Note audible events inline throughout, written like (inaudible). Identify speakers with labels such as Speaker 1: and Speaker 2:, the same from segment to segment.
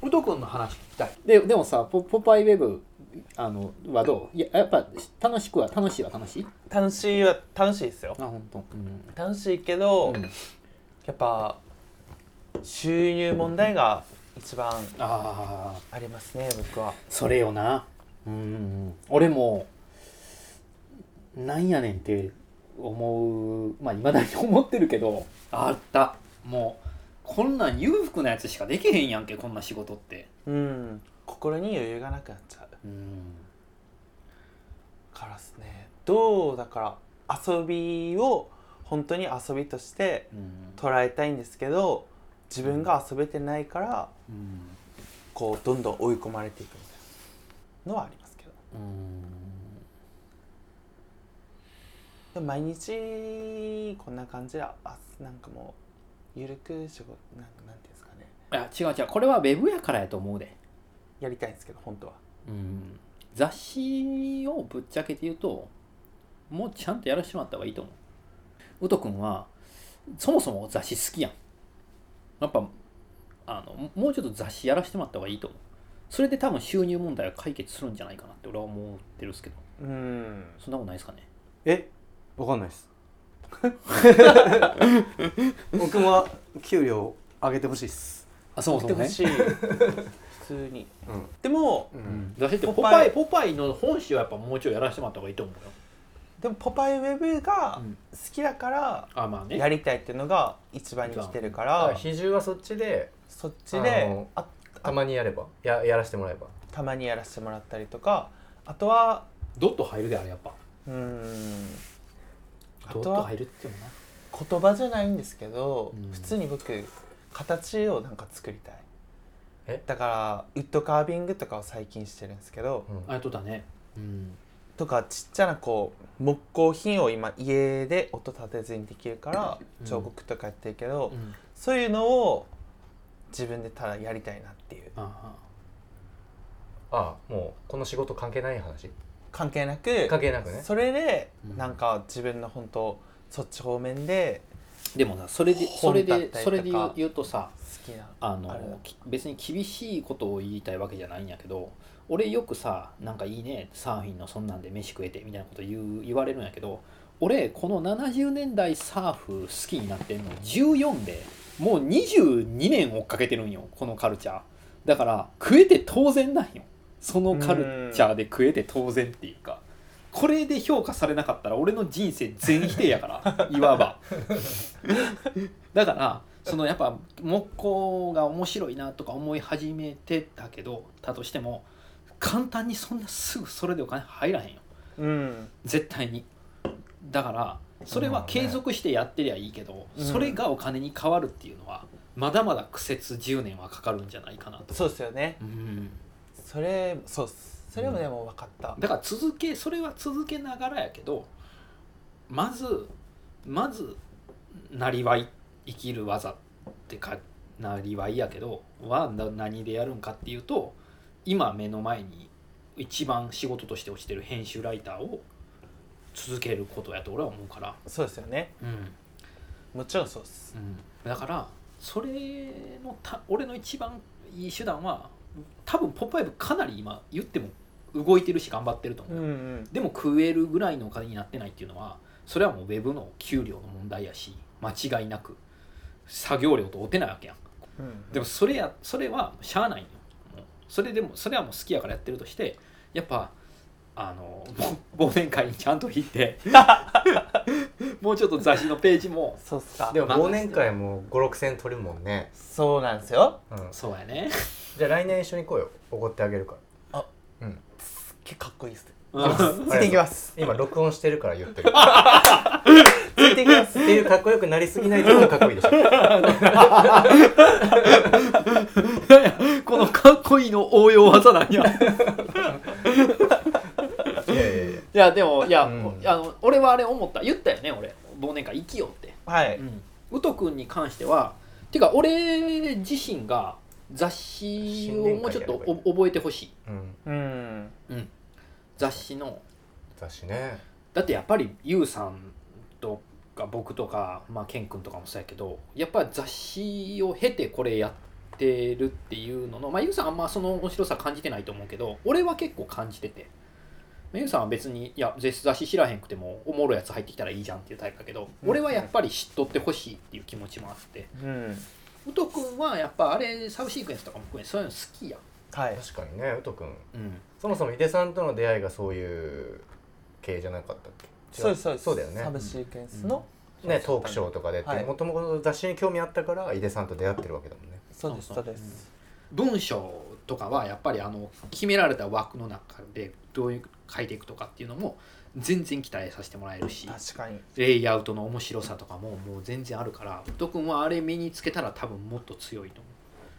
Speaker 1: 話聞きたいででもさポポパイウェブあのはどういややっぱ楽しくは楽しいは楽しい
Speaker 2: 楽しいは楽しいですよ
Speaker 1: あ本当。うん
Speaker 2: 楽しいけ
Speaker 1: う
Speaker 2: ど、
Speaker 1: ん
Speaker 2: やっぱ収入問題が一番
Speaker 1: ああ
Speaker 2: ありますね僕は
Speaker 1: それよなうんうんうん俺もなんやねんって思うまあいまだに (laughs) 思ってるけどあったもうこんなん裕福なやつしかできへんやんけこんな仕事って
Speaker 2: うん心に余裕がなくなっちゃう
Speaker 1: うん
Speaker 2: からですねどうだから遊びを本当に遊びとして
Speaker 1: うん
Speaker 2: 捉えたいんですけど自分が遊べてないから
Speaker 1: うん
Speaker 2: こうどんどん追い込まれていくみたいなのはありますけど
Speaker 1: うん
Speaker 2: でも毎日こんな感じであなんかもうゆるく仕事なんなんていうんですかね
Speaker 1: いや違う違うこれはウェブやからやと思うで、
Speaker 2: やりたいんですけど本当は
Speaker 1: うん、雑誌をぶっちゃけて言うともうちゃんとやらせてもらった方がいいと思うウト君はそもそも雑誌好きやんやっぱあのもうちょっと雑誌やらせてもらった方がいいと思うそれで多分収入問題は解決するんじゃないかなって俺は思ってるんですけど
Speaker 2: うん
Speaker 1: そんなことないですかね
Speaker 2: え
Speaker 3: わかんないです
Speaker 4: (laughs)
Speaker 3: 僕も給料上げてほしいっす、
Speaker 1: あそもそ
Speaker 2: で
Speaker 1: も
Speaker 2: ほ
Speaker 1: ね
Speaker 2: しい普通に
Speaker 3: うん
Speaker 2: でも
Speaker 1: うん、雑誌ってポ
Speaker 2: ポ
Speaker 1: パ
Speaker 2: パ
Speaker 1: イ
Speaker 2: イ
Speaker 1: ポパイの本誌はやっぱもうちょいやらせてもらった方がいいと思うよ
Speaker 2: でも「ポパイウェブ」が
Speaker 1: うん
Speaker 2: 好きだから
Speaker 1: あまあね
Speaker 2: やりたいっていうのが一番に来てるか
Speaker 4: あ
Speaker 2: ら
Speaker 4: 比重はそっちで
Speaker 2: そっち
Speaker 4: あ
Speaker 2: で
Speaker 4: の
Speaker 2: あ
Speaker 4: たまにやればややらせてもらえば
Speaker 2: たまにやらせてもらったりとかあとは
Speaker 1: ドット入るであれやっぱ
Speaker 2: うんあ
Speaker 1: ドッ
Speaker 2: と
Speaker 1: ト
Speaker 2: は
Speaker 1: 入るっていうのな
Speaker 2: 言葉じゃないんですけど
Speaker 1: うん
Speaker 2: 普通に僕形をなんか作りたい
Speaker 4: え
Speaker 2: だからウッドカービングとかを最近してるんですけど
Speaker 4: うん
Speaker 1: あれとだねうん
Speaker 2: とかちっちゃなこう木工品を今家で音立てずにできるから
Speaker 1: うん
Speaker 2: 彫刻とかやってるけど、
Speaker 1: うん
Speaker 2: そういうのを自分でただやりたいなっていう
Speaker 1: あ
Speaker 4: あもうこの仕事関係ない話
Speaker 2: 関係なく
Speaker 4: 関係なくね
Speaker 2: それで
Speaker 1: うん
Speaker 2: なんか自分の本当そっち方面で
Speaker 1: でもなそれでそれ
Speaker 2: 本だったり
Speaker 1: で
Speaker 2: とか
Speaker 1: それで言う言うとさ
Speaker 2: 好きな
Speaker 1: あ
Speaker 2: あれ
Speaker 1: のき別に厳しいことを言いたいわけじゃないんやけど俺よくさ「なんかいいねサーフィンのそんなんで飯食えて」みたいなこと言う言われるんやけど俺この70年代サーフ好きになってんの14でもう22年追っかけてるんよこのカルチャーだから食えて当然なんよそのカルチャーで食えて当然っていうかこれで評価されなかったら俺の人生全否定やからいわばだからそのやっぱ木工が面白いなとか思い始めてたけどだとしても簡単にそんなすぐそれでお金入らへんよ
Speaker 2: うん
Speaker 1: 絶対にだからそれは継続してやってりゃいいけど、
Speaker 2: うん
Speaker 1: それがお金に変わるっていうのはまだまだ苦節10年はかかるんじゃないかなと、
Speaker 2: そうですよね
Speaker 1: うん、
Speaker 2: それそうっすそれもでも分かった、
Speaker 1: だから続けそれは続けながらやけどまずまずなりわい生きる技ってかなりわいやけどはな何でやるんかっていうと今目の前に一番仕事として落ちてる編集ライターを続けることやと俺は思うから、
Speaker 2: そうですよね
Speaker 1: うん
Speaker 2: もちろんそうっす
Speaker 1: だからそれのた俺の一番いい手段は多分「ポップアイブかなり今言っても動いてるし頑張ってると思う、
Speaker 2: うんうん
Speaker 1: でも食えるぐらいのお金になってないっていうのはそれはもうウェブの給料の問題やし間違いなく作業量と合ってないわけやん
Speaker 2: うん
Speaker 1: でもそれやそれはしゃあないよもうそれでもそれはもう好きやからやってるとしてやっぱあの (laughs) もう忘年会にちゃんと引いて (laughs) もうちょっと雑誌のページも
Speaker 2: そうっすか
Speaker 4: でも
Speaker 1: まあ
Speaker 4: 忘年会も5 6千円取るもんね、
Speaker 2: そうなんですよ
Speaker 4: うん、
Speaker 1: そうやね
Speaker 4: じゃあ来年一緒に行こうよおごってあげるか
Speaker 2: けかっこいいっす
Speaker 4: ら
Speaker 2: ついていきます
Speaker 4: 今録音してるから言って (laughs) る
Speaker 2: ついていきます
Speaker 4: っていうかっこよくなりすぎないとこがかっこいいでし (laughs) ょ
Speaker 1: このかっこいいの応用技なん (laughs) や
Speaker 4: いやいやいや
Speaker 1: いやでもいや、
Speaker 4: うん
Speaker 1: あの俺はあれ思った言ったよね俺忘年会生きようって
Speaker 2: はい
Speaker 1: ウト君に関してはてか俺自身が雑誌をもうちょっと
Speaker 4: 新年会やればいい
Speaker 1: お覚えてほしい
Speaker 4: うん
Speaker 2: うん
Speaker 1: 雑誌の
Speaker 4: だしね
Speaker 1: だってやっぱりユウさんとか僕とか、まあ、ケン君とかもそうやけどやっぱり雑誌を経てこれやってるっていうのの、まあ、ゆうさんあんまその面白さ感じてないと思うけど俺は結構感じてて、まあ、ゆうさんは別にいや絶雑誌知らへんくてもおもろいやつ入ってきたらいいじゃんっていうタイプだけど
Speaker 2: うん
Speaker 1: 俺はやっぱり知っとってほしいっていう気持ちもあって
Speaker 2: うん
Speaker 1: 武藤君はやっぱあれサブシークエンスとかも含めそういうの好きやん
Speaker 2: はい
Speaker 4: 確かにねうとくん
Speaker 1: うん
Speaker 4: そもそも井出さんとの出会いがそういう系じゃなかったっけ違
Speaker 2: そうですそうです
Speaker 4: そうだよ
Speaker 2: サ
Speaker 4: ね
Speaker 2: ブシーケンスの、
Speaker 4: ねトークショーとかでって
Speaker 2: はい
Speaker 4: もともと雑誌に興味あったから井出さんと出会ってるわけだもんね
Speaker 2: そうです
Speaker 1: そ
Speaker 2: そうう
Speaker 1: そう
Speaker 2: です、
Speaker 1: 文章とかはやっぱりあの決められた枠の中でどういう書いていくとかっていうのも全然期待させてもらえるし
Speaker 2: 確かに
Speaker 1: レイアウトの面白さとかももう全然あるから武藤君はあれ身につけたら多分もっと強いと思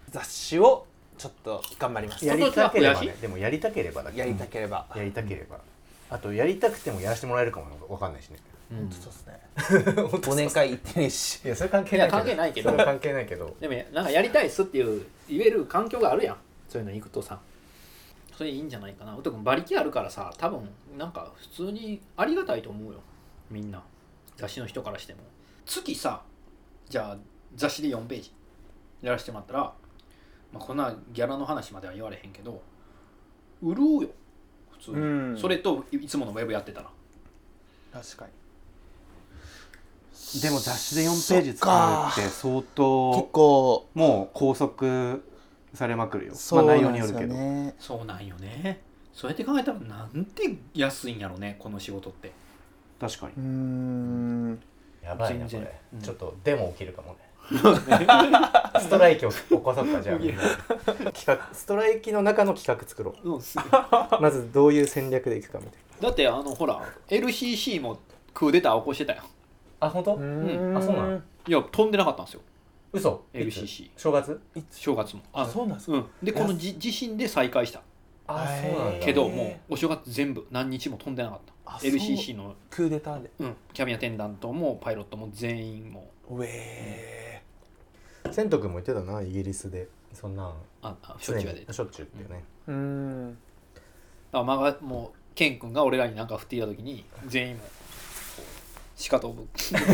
Speaker 2: 雑誌をちょっと頑張ります
Speaker 1: や
Speaker 4: や
Speaker 1: り
Speaker 4: り
Speaker 1: た
Speaker 4: た
Speaker 1: けれ
Speaker 4: け
Speaker 1: ば
Speaker 4: れば
Speaker 1: ね
Speaker 4: ねでもやりたければだけ
Speaker 2: やりたければ、
Speaker 4: やりたければあとやりたくてもやらせてもらえるかもわかんないしね
Speaker 1: う、
Speaker 2: 本当そうですね
Speaker 4: (laughs)
Speaker 2: 忘年会行ってねえし
Speaker 4: いやそれ関係
Speaker 1: い
Speaker 4: な
Speaker 1: や
Speaker 4: い
Speaker 1: 関係ないけど
Speaker 4: それは関係ないけど
Speaker 1: でもなんかやりたいっすっていう言える環境があるやんそういうの行くとさそれいいんじゃないかな武藤君馬力あるからさ多分なんか普通にありがたいと思うよみんな雑誌の人からしても月さじゃあ雑誌で4ページやらせてもらったら、まあ、こんなギャラの話までは言われへんけど潤うよ普通に、
Speaker 2: うん
Speaker 1: それといつものウェブやってたら
Speaker 2: 確かに
Speaker 3: でも雑誌で4ページ使うって相当
Speaker 2: 結構
Speaker 3: もう拘束されまくるよ
Speaker 2: そう
Speaker 3: まあ、
Speaker 2: 内
Speaker 3: 内
Speaker 2: 容
Speaker 3: 容
Speaker 2: に
Speaker 3: によ
Speaker 2: よる
Speaker 3: る
Speaker 2: け
Speaker 3: け
Speaker 2: ど
Speaker 3: ど
Speaker 1: そうなんよねそうやって考えたらなんて安いんやろねこの仕事って
Speaker 3: 確かに
Speaker 2: ん
Speaker 4: やばいな
Speaker 1: 全
Speaker 4: こ
Speaker 1: 然
Speaker 4: れ
Speaker 1: うん
Speaker 4: ちょっとデモ起きるか (laughs) もねストライキを起こそうかじゃあみんな企画ストライキの中の企画作ろ
Speaker 1: うんす
Speaker 4: うまずどういう戦略でいくかみたいな
Speaker 1: だってあのほら LCC もクーデター起こしてたよ
Speaker 4: あ本当、
Speaker 1: ん
Speaker 4: あそうなの
Speaker 1: いや飛んでなかったんですよ
Speaker 4: 嘘
Speaker 1: LCC
Speaker 4: いつ正月
Speaker 1: 正月もあ
Speaker 2: そうなんですか
Speaker 1: うんでこのじ地震で再開した
Speaker 4: あ
Speaker 2: へー
Speaker 4: そうなんだ
Speaker 1: けど
Speaker 2: へー
Speaker 1: もうお正月全部何日も飛んでなかった
Speaker 2: あそう
Speaker 1: LCC の、
Speaker 2: クーデターで
Speaker 1: うん、キャビンアテンダントもパイロットも全員も
Speaker 2: うえ
Speaker 4: 千斗君も言ってたなイギリスでそんなん
Speaker 1: ああしょっちゅうやで
Speaker 4: 常にしょっちゅうってね、
Speaker 2: ーうん
Speaker 1: あまあもうケン君が俺らに何か振ってきた時に全員もしかと
Speaker 2: (laughs)
Speaker 1: 思う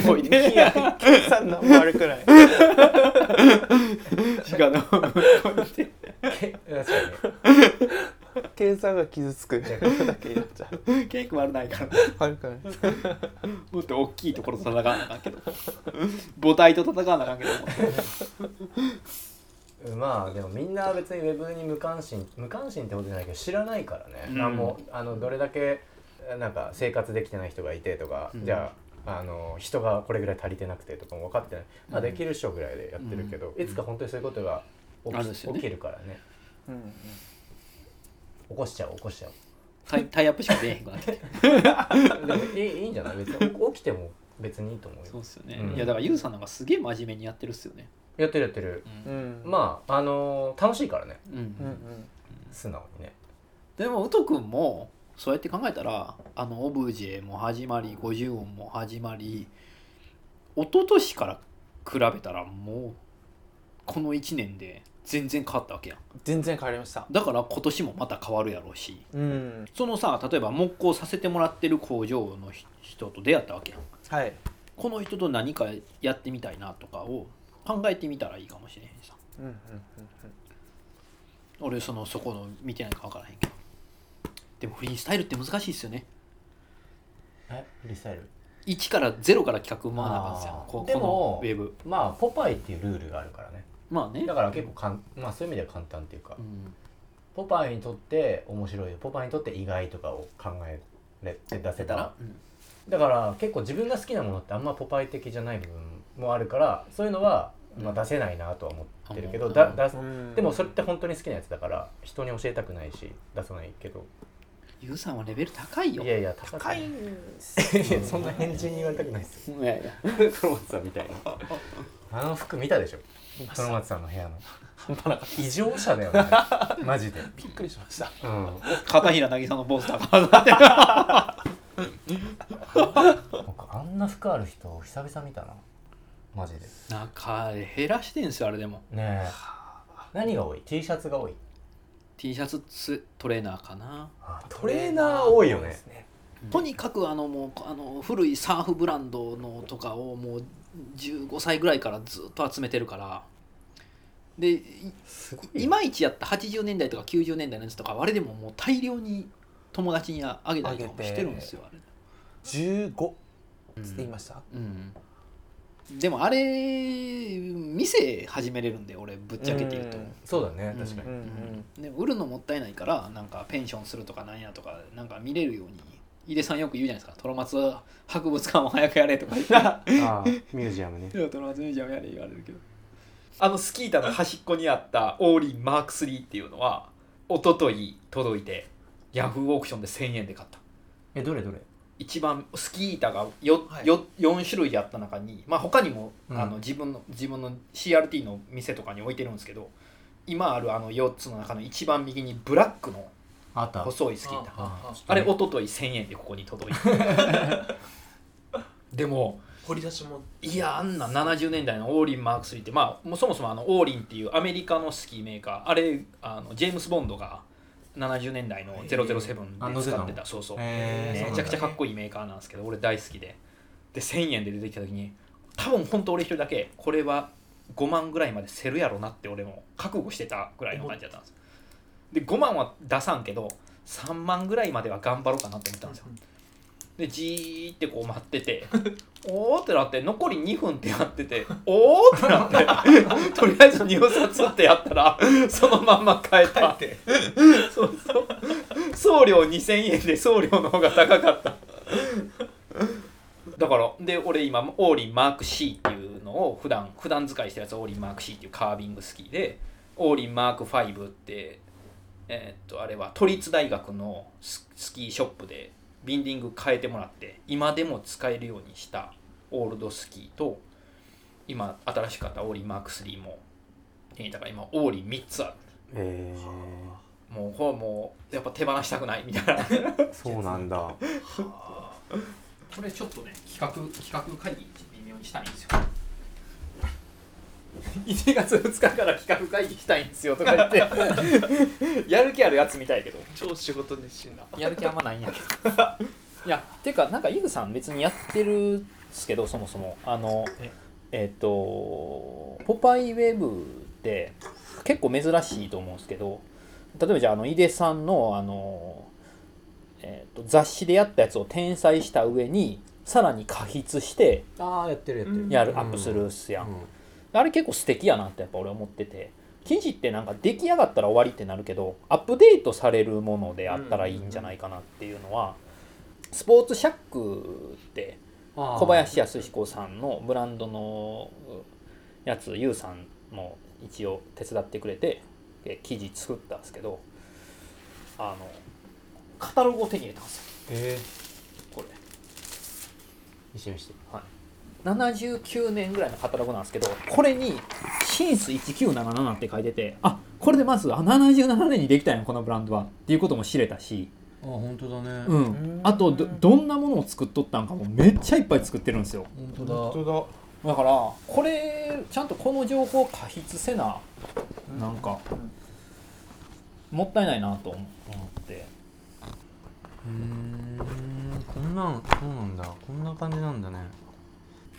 Speaker 1: 思いで
Speaker 2: いや計算何も悪くない
Speaker 1: しかと思う
Speaker 4: け確かにね
Speaker 2: 計算が傷つくことだけになっちゃう
Speaker 1: ケン君悪ないから
Speaker 2: 悪くない
Speaker 1: もっと大きいところと戦わなあかん
Speaker 2: (laughs)
Speaker 1: けど母体と戦わなあかんけど
Speaker 4: まあでもみんな別にウェブに無関心無関心ってことじゃないけど知らないからね、
Speaker 1: うん
Speaker 4: なんもあのどれだけなんか生活できてない人がいてとか、
Speaker 1: うん
Speaker 4: じゃああの人がこれぐらい足りてなくてとかも分かってない、まあ、
Speaker 1: うん
Speaker 4: できる人ぐらいでやってるけど、
Speaker 1: うん
Speaker 4: いつか本当にそういうことが起
Speaker 1: あるんです
Speaker 4: き,、
Speaker 1: よね
Speaker 4: 起きるからね
Speaker 2: うんうん
Speaker 4: 起こしちゃおう起こしちゃおう
Speaker 1: タイタイアップしか出えへんくなってきて (laughs)
Speaker 4: でもいいいいんじゃない別に起きても別にいいと思う
Speaker 1: そう
Speaker 4: よ
Speaker 1: っすよね、
Speaker 4: うん
Speaker 1: いやだからユウさんなんかすげえ真面目にやってるっすよね
Speaker 4: やってるやってる、
Speaker 1: う、
Speaker 2: うんん
Speaker 4: まああの楽しいからね
Speaker 1: うん
Speaker 2: うんうん
Speaker 4: 素直にね
Speaker 1: でもウト君もそうやって考えたらあのオブジェも始まり50音も始まり一昨年から比べたらもうこの1年で全然変わったわけやん
Speaker 2: 全然変わりました
Speaker 1: だから今年もまた変わるやろうし
Speaker 2: うん
Speaker 1: そのさ例えば木工させてもらってる工場のひ人と出会ったわけやん
Speaker 2: はい
Speaker 1: この人と何かやってみたいなとかを考えてみたらいいかもしれへんしさ
Speaker 2: うんうんうん
Speaker 1: 俺そのそこの見てないから分からへんけどでもフリースタイルって難しいっすよね
Speaker 4: えリサイル
Speaker 1: 1から0から企画生まなあかんっすよ
Speaker 4: あー
Speaker 1: こ
Speaker 4: で
Speaker 1: この
Speaker 4: も
Speaker 1: ウェブ
Speaker 4: まあポパイっていうルールがあるからね
Speaker 1: まあね
Speaker 4: だから結構かん、まあ、そういう意味では簡単っていうか、
Speaker 1: うん
Speaker 4: ポパイにとって面白いポパイにとって意外とかを考えれて出せたら
Speaker 1: うん
Speaker 4: だから結構自分が好きなものってあんまポパイ的じゃない部分もあるからそういうのは、まあ、出せないなとは思ってるけど、
Speaker 1: うん
Speaker 4: だ出す
Speaker 2: うん
Speaker 4: でもそれって本当に好きなやつだから人に教えたくないし出さないけど
Speaker 1: ゆうさんはレベル高いよ
Speaker 4: いやいや高
Speaker 2: 高い
Speaker 4: い
Speaker 2: んす
Speaker 4: いや (laughs) そんな変人に言われたくないですよ
Speaker 1: (laughs) いやいや
Speaker 4: トロマツさんみたいな (laughs) あの服見たでしょ
Speaker 2: いまし
Speaker 4: トロ
Speaker 2: た
Speaker 4: マツさんの部屋の
Speaker 2: 半端なかっ
Speaker 4: 異常者だよね (laughs) マジで、
Speaker 2: たびっくりしました
Speaker 4: うん、
Speaker 1: 片平渚のポスター (laughs) が飾ってる
Speaker 4: 僕あんな服ある人久々見たなマジで
Speaker 1: なんか減らしてんすよあれでも
Speaker 4: ねえ何が多い T シャツが多い
Speaker 1: T シャツつトレーナーかな
Speaker 4: トレーナー多いよ
Speaker 2: で
Speaker 4: ね
Speaker 2: す
Speaker 1: とにかくあのもうあの古いサーフブランドのとかをもう15歳ぐらいからずっと集めてるからでい
Speaker 4: すご
Speaker 1: いまいちやった80年代とか90年代のやつとかはあれでももう大量に友達にあげたりとかもしてるんですよあれ、
Speaker 2: 15
Speaker 1: う
Speaker 2: つって言い
Speaker 1: ん
Speaker 2: ました、
Speaker 1: うん、でもあれ店始めれるんで俺ぶっちゃけて言うと、
Speaker 2: うん
Speaker 4: そうだね
Speaker 1: うん
Speaker 4: 確か
Speaker 2: う
Speaker 4: に、
Speaker 2: ん
Speaker 1: うんで売るのもったいないからなんかペンションするとかなんやとかなんか見れるように井出さんよく言うじゃないですか「トロマツ博物館を早くやれ」と (laughs) か言って「
Speaker 3: ああミュージアムね
Speaker 1: いやトロマツミュージアムやれ」言われるけど
Speaker 5: あのスキー板の端っこにあったオーリーマーク3っていうのは一昨日届いてヤフーオークションで1000円で買った
Speaker 4: えどれどれ
Speaker 5: 一番スキー板が 4,、
Speaker 2: はい
Speaker 5: よ四種類あった中に、まあ、他にも、
Speaker 4: うん
Speaker 5: あの自分の自分の CRT の店とかに置いてるんですけど今あるあの4つの中の一番右にブラックの
Speaker 4: あった
Speaker 5: 細いスキー板あ
Speaker 4: ああ
Speaker 5: れ一昨日1000円でここに届いて
Speaker 4: (laughs)
Speaker 5: でも
Speaker 2: 掘り出しも
Speaker 5: いやあんな70年代のオーリンマーク3ってまあもうそもそもあのオーリンっていうアメリカのスキーメーカーあれあのジェームス・ボンドが70年代の
Speaker 4: あ
Speaker 5: 007
Speaker 4: 乗
Speaker 5: で
Speaker 4: せた
Speaker 5: 使
Speaker 4: の
Speaker 5: ってたそうそう
Speaker 4: えー
Speaker 5: めちゃくちゃかっこいいメーカーなんですけど俺大好きでで1000円で出てきた時に多分本当俺一人だけこれは5万ぐらいまでせるやろなって俺も覚悟してたぐらいの感じだったんですで5万は出さんけど3万ぐらいまでは頑張ろうかなって思ったんですよでじーってこう待ってておーってなって残り2分ってやってておーってなって (laughs) とりあえず入札ってやったらそのまんま変えたそうそう送料2000円で送料の方が高かっただからで俺今オーリンマーク C っていうのを普段普段使いしてるやつオーリンマーク C っていうカービングスキーでオーリンマーク5ってえーっとあれは都立大学のススキーショップでビンディング変えてもらって今でも使えるようにしたオールドスキーと今新しかったオーリンマーク3も手に入れたから今オーリン3つある
Speaker 3: え
Speaker 5: もうこれはもうやっぱ手放したくないみたいな
Speaker 3: ー、そうなんだ
Speaker 1: (laughs) これちょっとね企画企画会議微妙にしたい
Speaker 5: (laughs)
Speaker 1: んですよ
Speaker 5: 1月2日から企画会議したいんですよとか言って (laughs) やる気あるやつみたいけど
Speaker 2: 超仕事熱心な
Speaker 1: やる気あんまないんやけどいやてかなんかイグさん別にやってるっすけどそもそもあのえっ、と「ポパイウェブ」って結構珍しいと思うんですけど例えばじゃああの井出さんのあの、えー、と雑誌でやったやつを転載した上にさらに加筆して
Speaker 4: ああやってるやってる、
Speaker 2: うん
Speaker 1: やる、
Speaker 3: うん
Speaker 1: アップするっすやん、
Speaker 4: うん
Speaker 1: あれ結構素敵やなってやっぱ俺思ってて記事ってなんか出来上がったら終わりってなるけどアップデートされるものであったらいいんじゃないかなっていうのは、スポーツシャックって
Speaker 4: あー
Speaker 1: 小林康彦さんのブランドのやつ YOU さんも一応手伝ってくれてえ記事作ったんですけどあのカタログを手に入れたんですよ
Speaker 4: え
Speaker 1: これ
Speaker 4: ー、一緒にして
Speaker 1: 79年ぐらいのカタログなんですけどこれに「シンス1977」って書いててあこれでまずあ77年にできたんやこのブランドはっていうことも知れたし、
Speaker 4: あ本当だね
Speaker 1: うんあとどどんなものを作っとったんかもめっちゃいっぱい作ってるんですよ
Speaker 4: 本当だ
Speaker 2: 当
Speaker 1: だからこれちゃんとこの情報を過筆せななんかもったいないなと思って
Speaker 4: うーんこんなんそうなんだこんな感じなんだね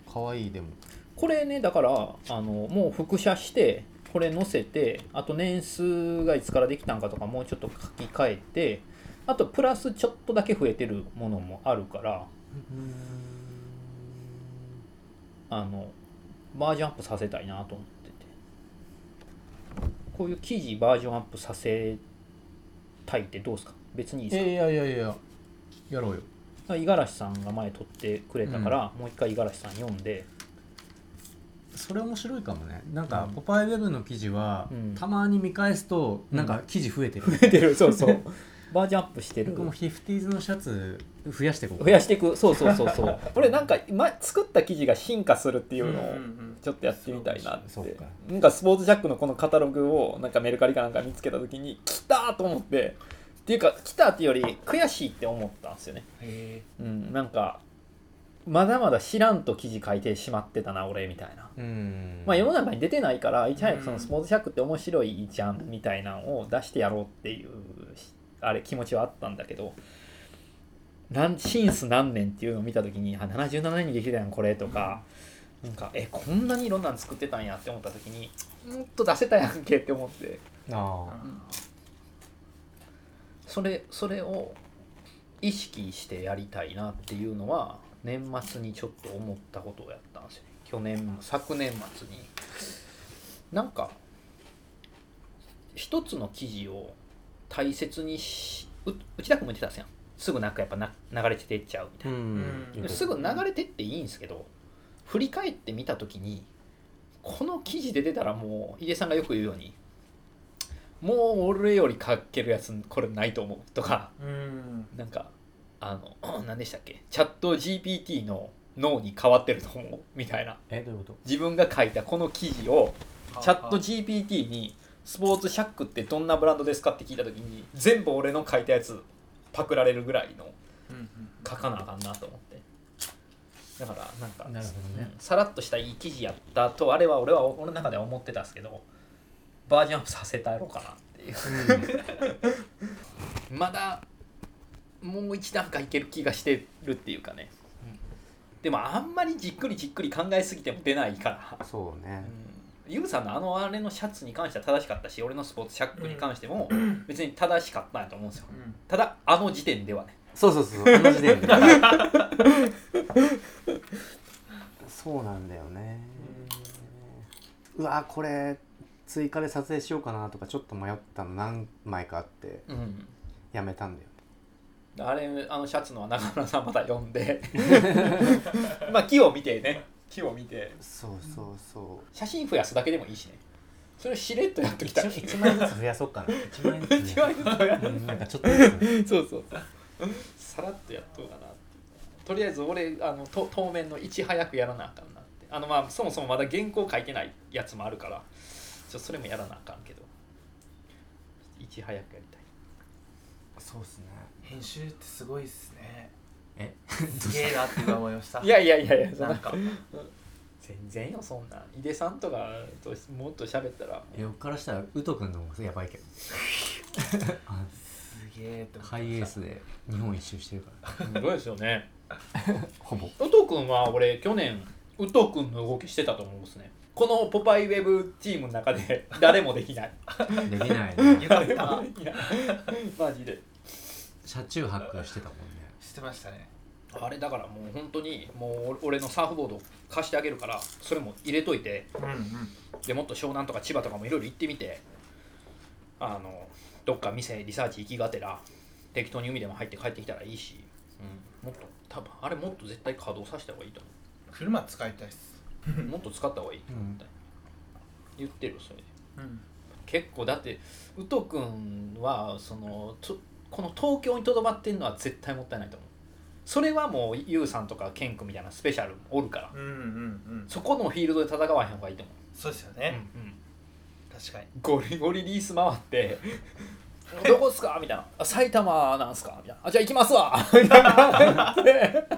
Speaker 4: 可愛いでも
Speaker 1: これねだからあのもう複写してこれ載せてあと年数がいつからできたんかとかもうちょっと書き換えてあとプラスちょっとだけ増えてるものもあるからあのバージョンアップさせたいなと思っててこういう記事バージョンアップさせたいってどうですか別にいいですか、
Speaker 4: いやいやいややろうよ
Speaker 1: だから五十嵐さんが前撮ってくれたから、もう一回五十嵐さん読んで
Speaker 4: それ面白いかもねなん
Speaker 1: う
Speaker 4: か
Speaker 1: ん
Speaker 4: 「ポパイウェブ」の記事は、
Speaker 1: うん
Speaker 4: たまに見返すと
Speaker 1: うん
Speaker 4: なんか記事増えてる、
Speaker 1: (laughs) 出てるそうそう (laughs) バージョンアップしてる
Speaker 4: 僕もフィフティーズのシャツ増やしていこう
Speaker 1: 増やしていくそうそうそうそう
Speaker 4: (laughs)
Speaker 1: これなんか今作った記事が進化するってい
Speaker 2: うん
Speaker 1: う
Speaker 2: うん
Speaker 1: のを
Speaker 2: うん
Speaker 1: ちょっとやってみたいなって
Speaker 4: そうか
Speaker 1: なんかスポーツジャックのこのカタログをなんかメルカリかなんか見つけた時に来たーと思ってっていうか来たっていうより悔しいって思ったんですよね
Speaker 2: へ
Speaker 1: うんなんかまだまだ知らんと記事書いてしまってたな俺みたいな
Speaker 4: うん
Speaker 1: まあ世の中に出てないからいち早くそのスポーツジャックって面白いじゃんみたいなのを出してやろうっていうあれ気持ちはあったんだけどなんシンス何年っていうのを見た時にあ77年にできたやんこれとか、
Speaker 6: うん
Speaker 1: なんかえこんなにいろんなの作ってたんやって思った時にもっと出せたやんけって思って
Speaker 4: あ
Speaker 1: それそれを意識してやりたいなっていうのは年末にちょっと思ったことをやったんですよね去年昨年末になんか一つの記事を大切にしう内田君も言ってたんですよすぐなんかやっぱな流れててっちゃうみたいな
Speaker 4: う
Speaker 2: うん
Speaker 4: ん
Speaker 1: すぐ流れてっていいんですけど振り返ってみた時にこの記事で出たらもう井出さんがよく言うようにもう俺より書けるやつこれないと思うとか
Speaker 2: うん
Speaker 1: なんかあの (clears throat) 何でしたっけチャット GPT の脳に変わってると思うみたいな
Speaker 4: えどういうこと
Speaker 1: 自分が書いたこの記事をチャット GPT にスポーツシャックってどんなブランドですかって聞いた時に全部俺の書いたやつパクられるぐらいの
Speaker 2: うんうん
Speaker 1: 書かなあかんなと思ってだからなんか
Speaker 4: なるほどね
Speaker 1: うんさらっとしたいい記事やったとあれは俺は俺の中では思ってたんですけどバージョンアップさせたろうかなっていう (laughs) まだもう一段階いける気がしてるっていうかね、でもあんまりじっくりじっくり考えすぎても出ないから
Speaker 7: そうね
Speaker 1: ユウさんのあのあれのシャツに関しては正しかったし俺のスポーツシャックに関しても別に正しかったんやと思うんですよ
Speaker 2: うん
Speaker 1: ただあの時点ではね
Speaker 7: そうそうそうそう同じ
Speaker 1: (laughs)
Speaker 7: でそうなんだよねうわこれ追加で撮影しようかなとかちょっと迷ったの何枚かあって
Speaker 1: うん
Speaker 7: やめたんだよね
Speaker 1: あれあのシャツのは中村さんまだ読ん (laughs) でまあ木を見てね木を見て
Speaker 7: そうそうそ
Speaker 1: 写真増やすだけでもいいしねそれをしれっとやっときたい
Speaker 4: 一一枚ずつ増やそうかな (laughs) 一枚ずつ
Speaker 1: 一枚ずつ増や
Speaker 4: うんなんかちょっとず
Speaker 1: (laughs)
Speaker 4: つ
Speaker 1: そうそうさらっとやっとうかなってとりあえず俺あのと当面のいち早くやらなあかんなってあのまあそもそもまだ原稿書いてないやつもあるからちょっとそれもやらなあかんけどいち早くやりたい
Speaker 4: そうっすね
Speaker 2: 編集ってすごいっすね
Speaker 4: え
Speaker 2: すげえなって今思いました
Speaker 1: (laughs) いやいやいやいやそん
Speaker 2: な
Speaker 1: なん
Speaker 2: か
Speaker 1: 全然よそんなん井出さんとかともっと喋ったら
Speaker 4: え僕からしたらウト君の方がやばい (laughs) けどあ
Speaker 2: すげえって思いました
Speaker 4: ハイエースで日本一周してるから
Speaker 1: すごいですよね
Speaker 4: ほぼ
Speaker 1: ウト君は俺去年ウト君の動きしてたと思うんですねこのポパイウェブチームの中で誰もできない
Speaker 4: できないね
Speaker 2: よか
Speaker 1: (laughs)
Speaker 2: っ
Speaker 1: 誰
Speaker 2: た
Speaker 1: もできない (laughs) マジで
Speaker 4: 車中泊してたもんね
Speaker 2: してましたね
Speaker 1: あれだからもう本当にもう俺のサーフボード貸してあげるからそれも入れといて
Speaker 2: うんうん
Speaker 1: でもっと湘南とか千葉とかもいろいろ行ってみてあのどっか店リサーチ行きがてら適当に海でも入って帰ってきたらいいし、うん、もっと多分あれもっと絶対稼働させた方がいいと思
Speaker 2: 車使いたいっす
Speaker 1: うもっと使った方がいいって
Speaker 4: うん
Speaker 1: 言ってるそれで
Speaker 2: うん
Speaker 1: 結構だってウト君はそのとこの東京にとどまってるのは絶対もったいないと思うそれはもうユウさんとかケン君みたいなスペシャルもおるから
Speaker 2: うんうんうん
Speaker 1: そこのフィールドで戦わへん方がいいと思う
Speaker 2: そうですよね、
Speaker 1: うんうん
Speaker 2: 確かに
Speaker 1: ゴリゴリリース回 (laughs) って「どこっすか?」みたいなあ「埼玉なんすか?」みたいなあ「じゃあ行きますわ」みたいな
Speaker 2: そ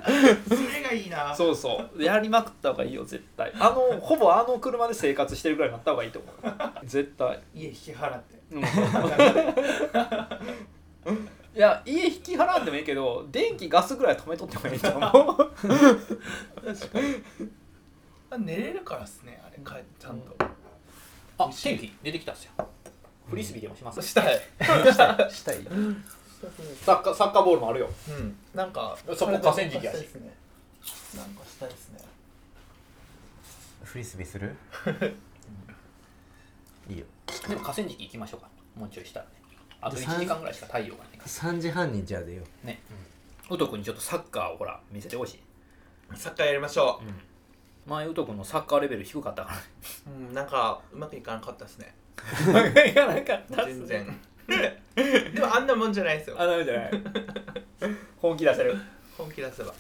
Speaker 2: れがいいな
Speaker 1: そうそうやりまくった方がいいよ絶対あのほぼあの車で生活してるぐらいになった方がいいと思 (laughs) う絶対
Speaker 2: 家引き払って
Speaker 1: うんいや家引き払ってもいいけど電気ガスぐらい止めとってもいいと思う
Speaker 2: 確かにあ寝れるからっすねあれかちゃんと、
Speaker 1: あ天気出てきたっすよフリスビーでもします
Speaker 2: したい
Speaker 1: したいサッカーサッカーボールもあるよ
Speaker 2: うんなんか
Speaker 1: そこ河川敷やし
Speaker 2: しなんかしたいですね
Speaker 4: フリスビーするいいよ
Speaker 1: でも河川敷行きましょうかもうちょいしたらねあと
Speaker 4: で
Speaker 1: 1時間ぐらいしか太陽がないか
Speaker 4: 3時半にじゃあ出よう
Speaker 1: らねウト君にちょっとサッカーをほら見せてほしい、
Speaker 2: サッカーやりましょ
Speaker 1: 前ウト君のサッカーレ (laughs) ベル低かったか
Speaker 2: ううんなんかうまくいかなかったですね
Speaker 1: らいやなんか
Speaker 2: 全然 (laughs) でもあんなもんじゃないですよ
Speaker 1: あダメじゃない (laughs) 本気出せる
Speaker 2: 本気出せば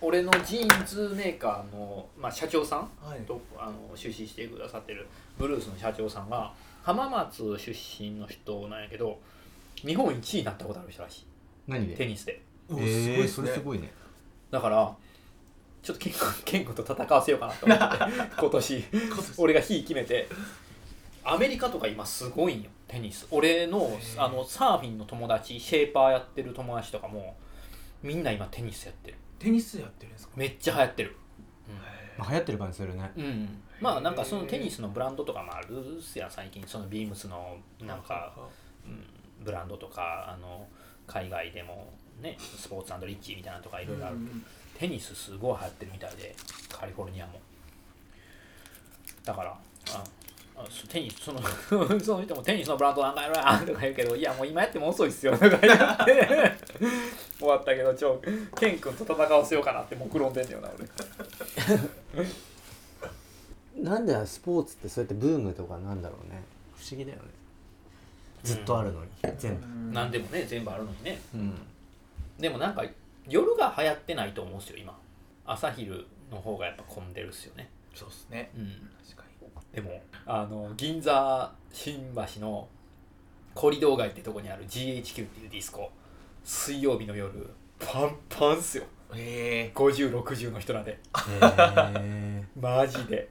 Speaker 1: 俺のジーンズメーカーの、まあ、社長さん
Speaker 2: はい
Speaker 1: とあの出資してくださってるブルースの社長さんが浜松出身の人なんやけど日本1位になったことある人らし
Speaker 4: 何
Speaker 1: い
Speaker 4: で
Speaker 1: テニスで
Speaker 4: え
Speaker 2: おすごいっ
Speaker 4: ー
Speaker 2: す
Speaker 4: そ
Speaker 2: ね
Speaker 4: れすごいね
Speaker 1: だからちょっとケンコケンコと戦わせようかなと思って (laughs) 今年俺が日決めてアメリカとか今すごいんよテニス俺のあのサーフィンの友達シェーパーやってる友達とかもみんな今テニスやってる
Speaker 2: テニスやってるんですか
Speaker 1: めっちゃ流行ってる、うん
Speaker 2: へ
Speaker 4: まあ流行ってる感じするね
Speaker 1: うん、まあなんかそのテニスのブランドとかもあるっすやん最近そのビームスのなんか、うん、ブランドとかあの海外でもねスポーツリッチみたいなのとかいろいろある、テニスすごい流行ってるみたいでカリフォルニアもだからああそテニスその (laughs) その人もテニスのブランドなんかやろやとか言うけどいやもう今やっても遅いっすよとか言って終わったけどちょケン君と戦わせようかなって目論んでんだよな俺
Speaker 4: なんでスポーツってそうやってブームとかなんだろうね不思議だよねずっとあるのに、全部
Speaker 1: 何でもね全部あるのにね
Speaker 4: うん
Speaker 1: でもなんか夜が流行ってないと思うんですよ今朝昼の方がやっぱ混んでるっすよね
Speaker 5: そうっすね
Speaker 1: うん
Speaker 5: 確か
Speaker 1: でもあの銀座新橋のコリドー街ってとこにある GHQ っていうディスコ水曜日の夜パンパンっすよ
Speaker 5: にへ
Speaker 1: 5060の人らで
Speaker 4: へ
Speaker 1: マジで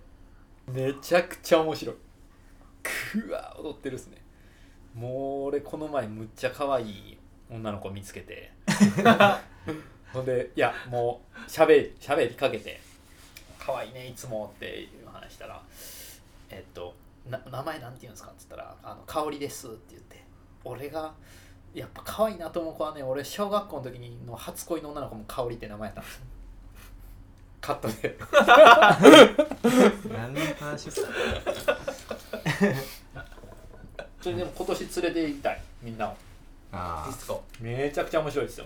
Speaker 1: めちゃくちゃ面白いくわ踊ってるっすねもう俺この前むっちゃ可愛い女の子見つけてほんでいやもうしゃべしゃべりかけて「可愛いねいつも」っていう話したら「えっとな名前なんて言うんですか?」っつったら「あの香りです」って言って俺がやっぱ可愛いなと思う子はね俺小学校の時の初恋の女の子も香りって名前やったんですよカットで
Speaker 4: え何の話ですか
Speaker 1: それでも今年連れて行きたいみんなを
Speaker 4: あー
Speaker 1: めちゃくちゃ面白いですよ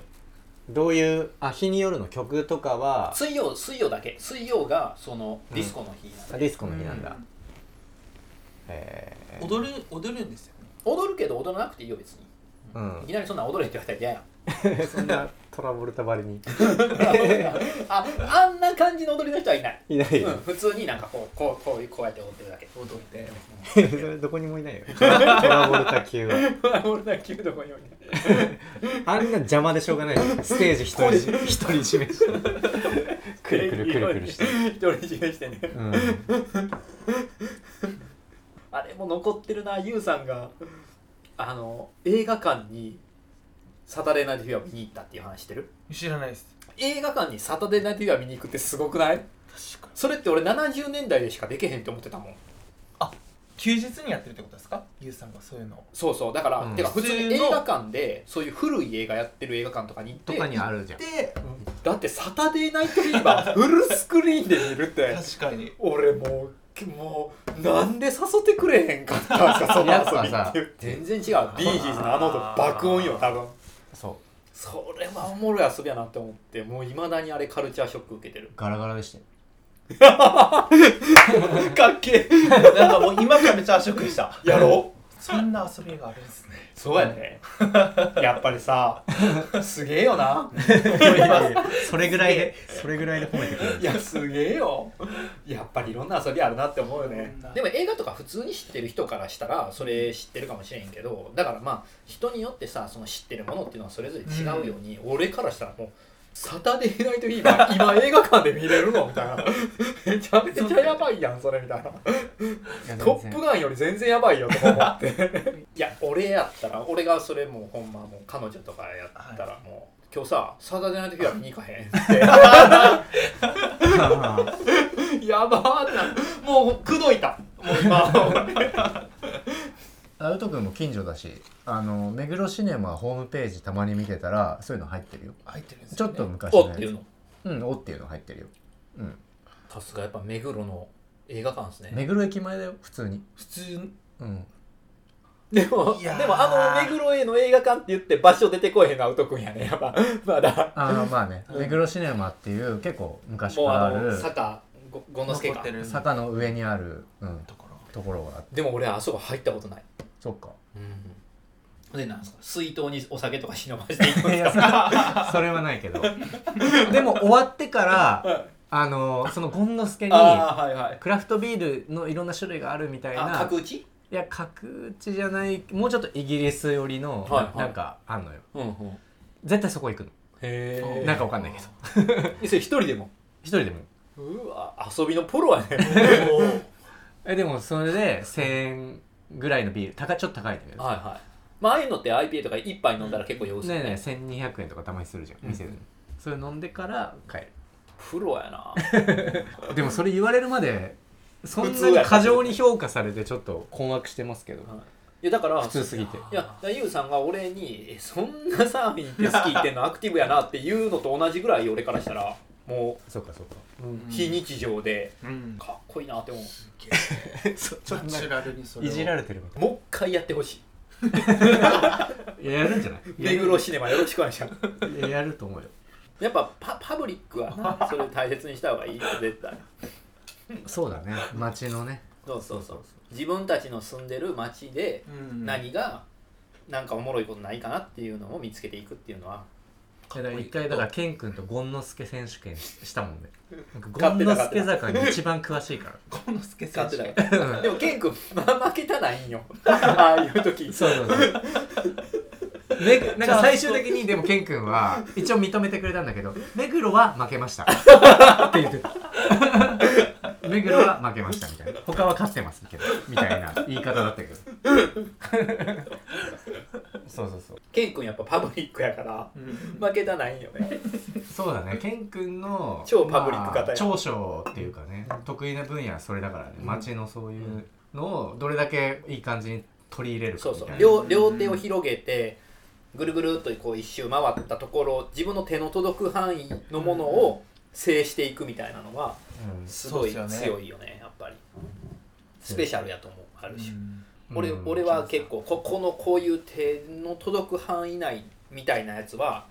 Speaker 4: どういうあ日によるの曲とかは
Speaker 1: 水曜水曜だけ水曜がそのディスコの日なんで、
Speaker 4: あディスコの日なんだ、へえ
Speaker 2: 踊る踊るんですよね
Speaker 1: 踊るけど踊らなくていいよ別に、
Speaker 4: う
Speaker 1: い
Speaker 4: ん
Speaker 1: きなりそんな踊れって言われたら嫌やん
Speaker 3: そんなトラボルタばりに
Speaker 1: ああんな感じの踊りの人はいない、
Speaker 4: いないよ
Speaker 1: うん、普通になんかこうこうこういうこうやって踊ってるだけ
Speaker 5: え踊って
Speaker 4: (laughs) それどこにもいないよトラボルタ級は
Speaker 1: 俺だけどこにもいない
Speaker 4: あんな邪魔でしょうがないよステージ一人じ (laughs) 一人占めしてくるくるくるくるして
Speaker 1: 一人占めしてね
Speaker 4: うん
Speaker 1: あれも残ってるなゆうさんがあの映画館にサタデーナイトフィーバー見に行ったっていう話してる
Speaker 2: 知らないです
Speaker 1: 映画館にサタデーナイトフィーバー見に行くってすごくない
Speaker 2: 確かに
Speaker 1: それって俺70年代でしかできへんって思ってたもん
Speaker 2: 休日にやってるってことですかゆうさんがそういうのを
Speaker 1: そうそうだから、
Speaker 4: うん
Speaker 1: てか普通に
Speaker 2: 普
Speaker 1: 映
Speaker 2: 通の
Speaker 1: 画館でそういう古い映画やってる映画館とかに行って
Speaker 4: とかにあるじゃん
Speaker 2: で
Speaker 1: だって「サタデーナイトフィーバ (laughs) ー」フルスクリーンで見るって
Speaker 2: 確かに
Speaker 1: 俺もうもうなんで誘ってくれへんかったんですか (laughs) そ
Speaker 4: やっ
Speaker 1: の遊
Speaker 4: ぱ
Speaker 1: び
Speaker 4: さ
Speaker 1: っていう全然違うビーヒーズのあの音爆音よ多分
Speaker 4: そう
Speaker 1: それはおもろい遊びやなって思ってもういまだにあれカルチャーショック受けてる
Speaker 4: ガラガラでしたよ
Speaker 1: かっけえ
Speaker 2: なんかもう今からめっちゃショックでした
Speaker 1: やろう
Speaker 2: そんな遊びがあるんですね
Speaker 1: そうやねやっぱり (laughs) さすげえよな
Speaker 4: それぐらいでそれぐらいで褒めてくれ
Speaker 1: (laughs)
Speaker 4: る
Speaker 1: いやすげえよやっぱりいろんな遊びあるなって思うよね
Speaker 2: いろんな
Speaker 1: でも映画とか普通に知ってる人からしたらそれ知ってるかもしれんけどだからまあ人によってさその知ってるものっていうのはそれぞれ違うように、俺からしたらもう「サタデーナイトフィーバー」今映画館で見れるのみたい (laughs) なめちゃめちゃやばいやんそれみたいな「トップガン」より全然やばいよと思って
Speaker 4: (laughs)
Speaker 1: いや俺やったら俺がそれもうほんまもう彼女とかやったらもう「今日さサタデーナイトフィーバー見に行かへん」って。 (laughs) やばーなもう口説いたもう今
Speaker 4: アウト君も近所だしあの目黒シネマホームページたまに見てたらそういうの入ってるよ
Speaker 2: 入ってるんです
Speaker 4: ちょ
Speaker 2: よ、
Speaker 4: っ
Speaker 2: ね、
Speaker 4: と昔
Speaker 1: お
Speaker 4: の
Speaker 1: っ
Speaker 4: や
Speaker 1: ていう
Speaker 4: つ
Speaker 1: の
Speaker 4: うん「お」っていうの入ってるようん
Speaker 1: さすがやっぱ目黒の映画館ですね
Speaker 4: 目黒駅前だよ普通に
Speaker 2: 普通
Speaker 4: うん
Speaker 1: でも
Speaker 2: いやー
Speaker 1: でもあの目黒への映画館って言って場所出てこえへんのアウト君やねやっぱまだ
Speaker 4: あのまあね目黒シネマっていう結構昔か
Speaker 1: もう
Speaker 4: らあ
Speaker 1: あの
Speaker 4: る
Speaker 1: 坂ごごのすけ
Speaker 2: 残
Speaker 1: か
Speaker 2: ってると
Speaker 4: 坂の上にある、うん、
Speaker 2: ころ
Speaker 4: ところがあって
Speaker 1: でも俺あそこ入ったことない
Speaker 4: そっか
Speaker 1: うんでなんですか水筒にお酒とか忍ばしていくん
Speaker 4: (laughs)
Speaker 1: ですか
Speaker 4: やそそれはないけど (laughs) でも終わってからあのその権之助に
Speaker 1: ああはいはい
Speaker 4: クラフトビールのいろんな種類があるみたい
Speaker 1: あ
Speaker 4: な
Speaker 1: 角打ち
Speaker 4: いや角打ちじゃないもうちょっとイギリス寄りの、
Speaker 1: はいはい
Speaker 4: なんかあんのよ
Speaker 1: うんうんへ
Speaker 4: 絶対そこ行くの
Speaker 1: え
Speaker 4: なんかわかんないけど
Speaker 1: それ一人でも
Speaker 4: 一人でも
Speaker 1: うわ遊びのプロやね
Speaker 4: (laughs) えでもそれで1000円ぐらいのビール高ちょっと高いんだけど
Speaker 1: はいはいまあああいうのって IPA とか一杯飲んだら結構酔うっす
Speaker 4: ね
Speaker 1: よ
Speaker 4: えねえ1200円とかたまにするじゃん店で、それ飲んでから帰る
Speaker 1: プロやな
Speaker 4: でもそれ言われるま (laughs) でそん
Speaker 1: 普
Speaker 4: な
Speaker 1: 通
Speaker 4: に
Speaker 1: や
Speaker 4: 過剰に評価されてちょっと困惑してますけど
Speaker 1: いやだから
Speaker 4: (laughs) 普通すぎて
Speaker 1: いやだからユウさんが俺にえ「そんなサーフィンって好き言ってんのアクティブやな」って言うのと同じぐらい俺からしたらも
Speaker 4: そうかそうか
Speaker 1: う非日常で
Speaker 5: うん
Speaker 1: かっこいいなって思う
Speaker 5: ちょっとナチュラルにそれを
Speaker 4: いじられてるみたい
Speaker 1: もう一回やってほしい
Speaker 4: いややるんじゃない
Speaker 1: 目黒シネマよろしくお願いします
Speaker 4: いややると思うよ
Speaker 1: やっぱパパブリックは (laughs) なそれ大切にした方がいいよ絶対
Speaker 4: そうだね街のね
Speaker 1: そうそうそう自分たちの住んでる町で
Speaker 5: うん
Speaker 1: 何がなんかおもろいことないかなっていうのを見つけていくっていうのは
Speaker 4: だから一回だからケン君とゴンノスケ選手権したもんね僕ゴ
Speaker 1: 勝
Speaker 4: ン
Speaker 1: 手だ
Speaker 4: ノスケ坂に一番詳しいから
Speaker 2: この助さ
Speaker 1: 使
Speaker 2: ん
Speaker 1: ってた (laughs) からでもケン君、まあ、負けたないん (laughs) よああいう時
Speaker 4: そうそうそう。
Speaker 1: (laughs)
Speaker 4: めなんか最終的にでもケン君は一応認めてくれたんだけど目黒は負け
Speaker 1: (laughs)
Speaker 4: ましたって言ってた目黒は負けましたみたいな他は勝ってますけどみたいな言い方だっ
Speaker 1: (laughs)
Speaker 4: たけどそうそうそう
Speaker 1: ケン君やっぱパブリックやから負けたないんよね
Speaker 4: そうだねケン君の
Speaker 1: 超パブリック型や
Speaker 4: まあ長所っていうかね得意な分野はそれだからね街のそういうのをどれだけいい感じに取り入れるか
Speaker 1: そ
Speaker 4: み
Speaker 1: う
Speaker 4: たい
Speaker 1: そ
Speaker 4: な
Speaker 1: う両両手を広げてぐるぐるっとこう一周回ったところ自分の手の届く範囲のものを制していくみたいなのは
Speaker 4: うん
Speaker 1: すごい
Speaker 2: そうっすよね
Speaker 1: 強いよねやっぱりスペシャルやと思うある種、俺
Speaker 4: うん
Speaker 1: 俺は結構ここのこういう手の届く範囲内みたいなやつは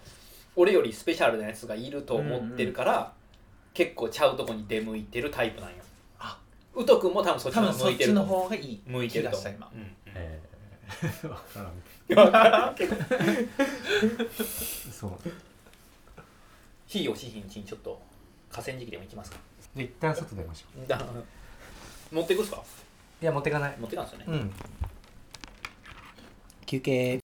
Speaker 1: 俺よりスペシャルなやつがいると思ってるから、結構ちゃうとこに出向いてるタイプなんよ
Speaker 2: あ
Speaker 1: うとくんも多分そっち
Speaker 2: 多
Speaker 1: の
Speaker 2: 分
Speaker 1: 方向
Speaker 2: そ
Speaker 1: い
Speaker 2: ってち
Speaker 1: ると
Speaker 2: の
Speaker 1: 思
Speaker 2: 方がいいう
Speaker 1: 向いてると思
Speaker 2: 気がした
Speaker 1: う
Speaker 2: 今、
Speaker 1: うん
Speaker 4: え (laughs) ーわからんそう
Speaker 1: 火をしひんうちにちょっと河川敷でも行きますか
Speaker 4: で一旦外出ましょ
Speaker 1: だ持ってくっすか
Speaker 4: ういや持ってかない
Speaker 1: 持ってかんすよね、
Speaker 4: うん
Speaker 2: 休憩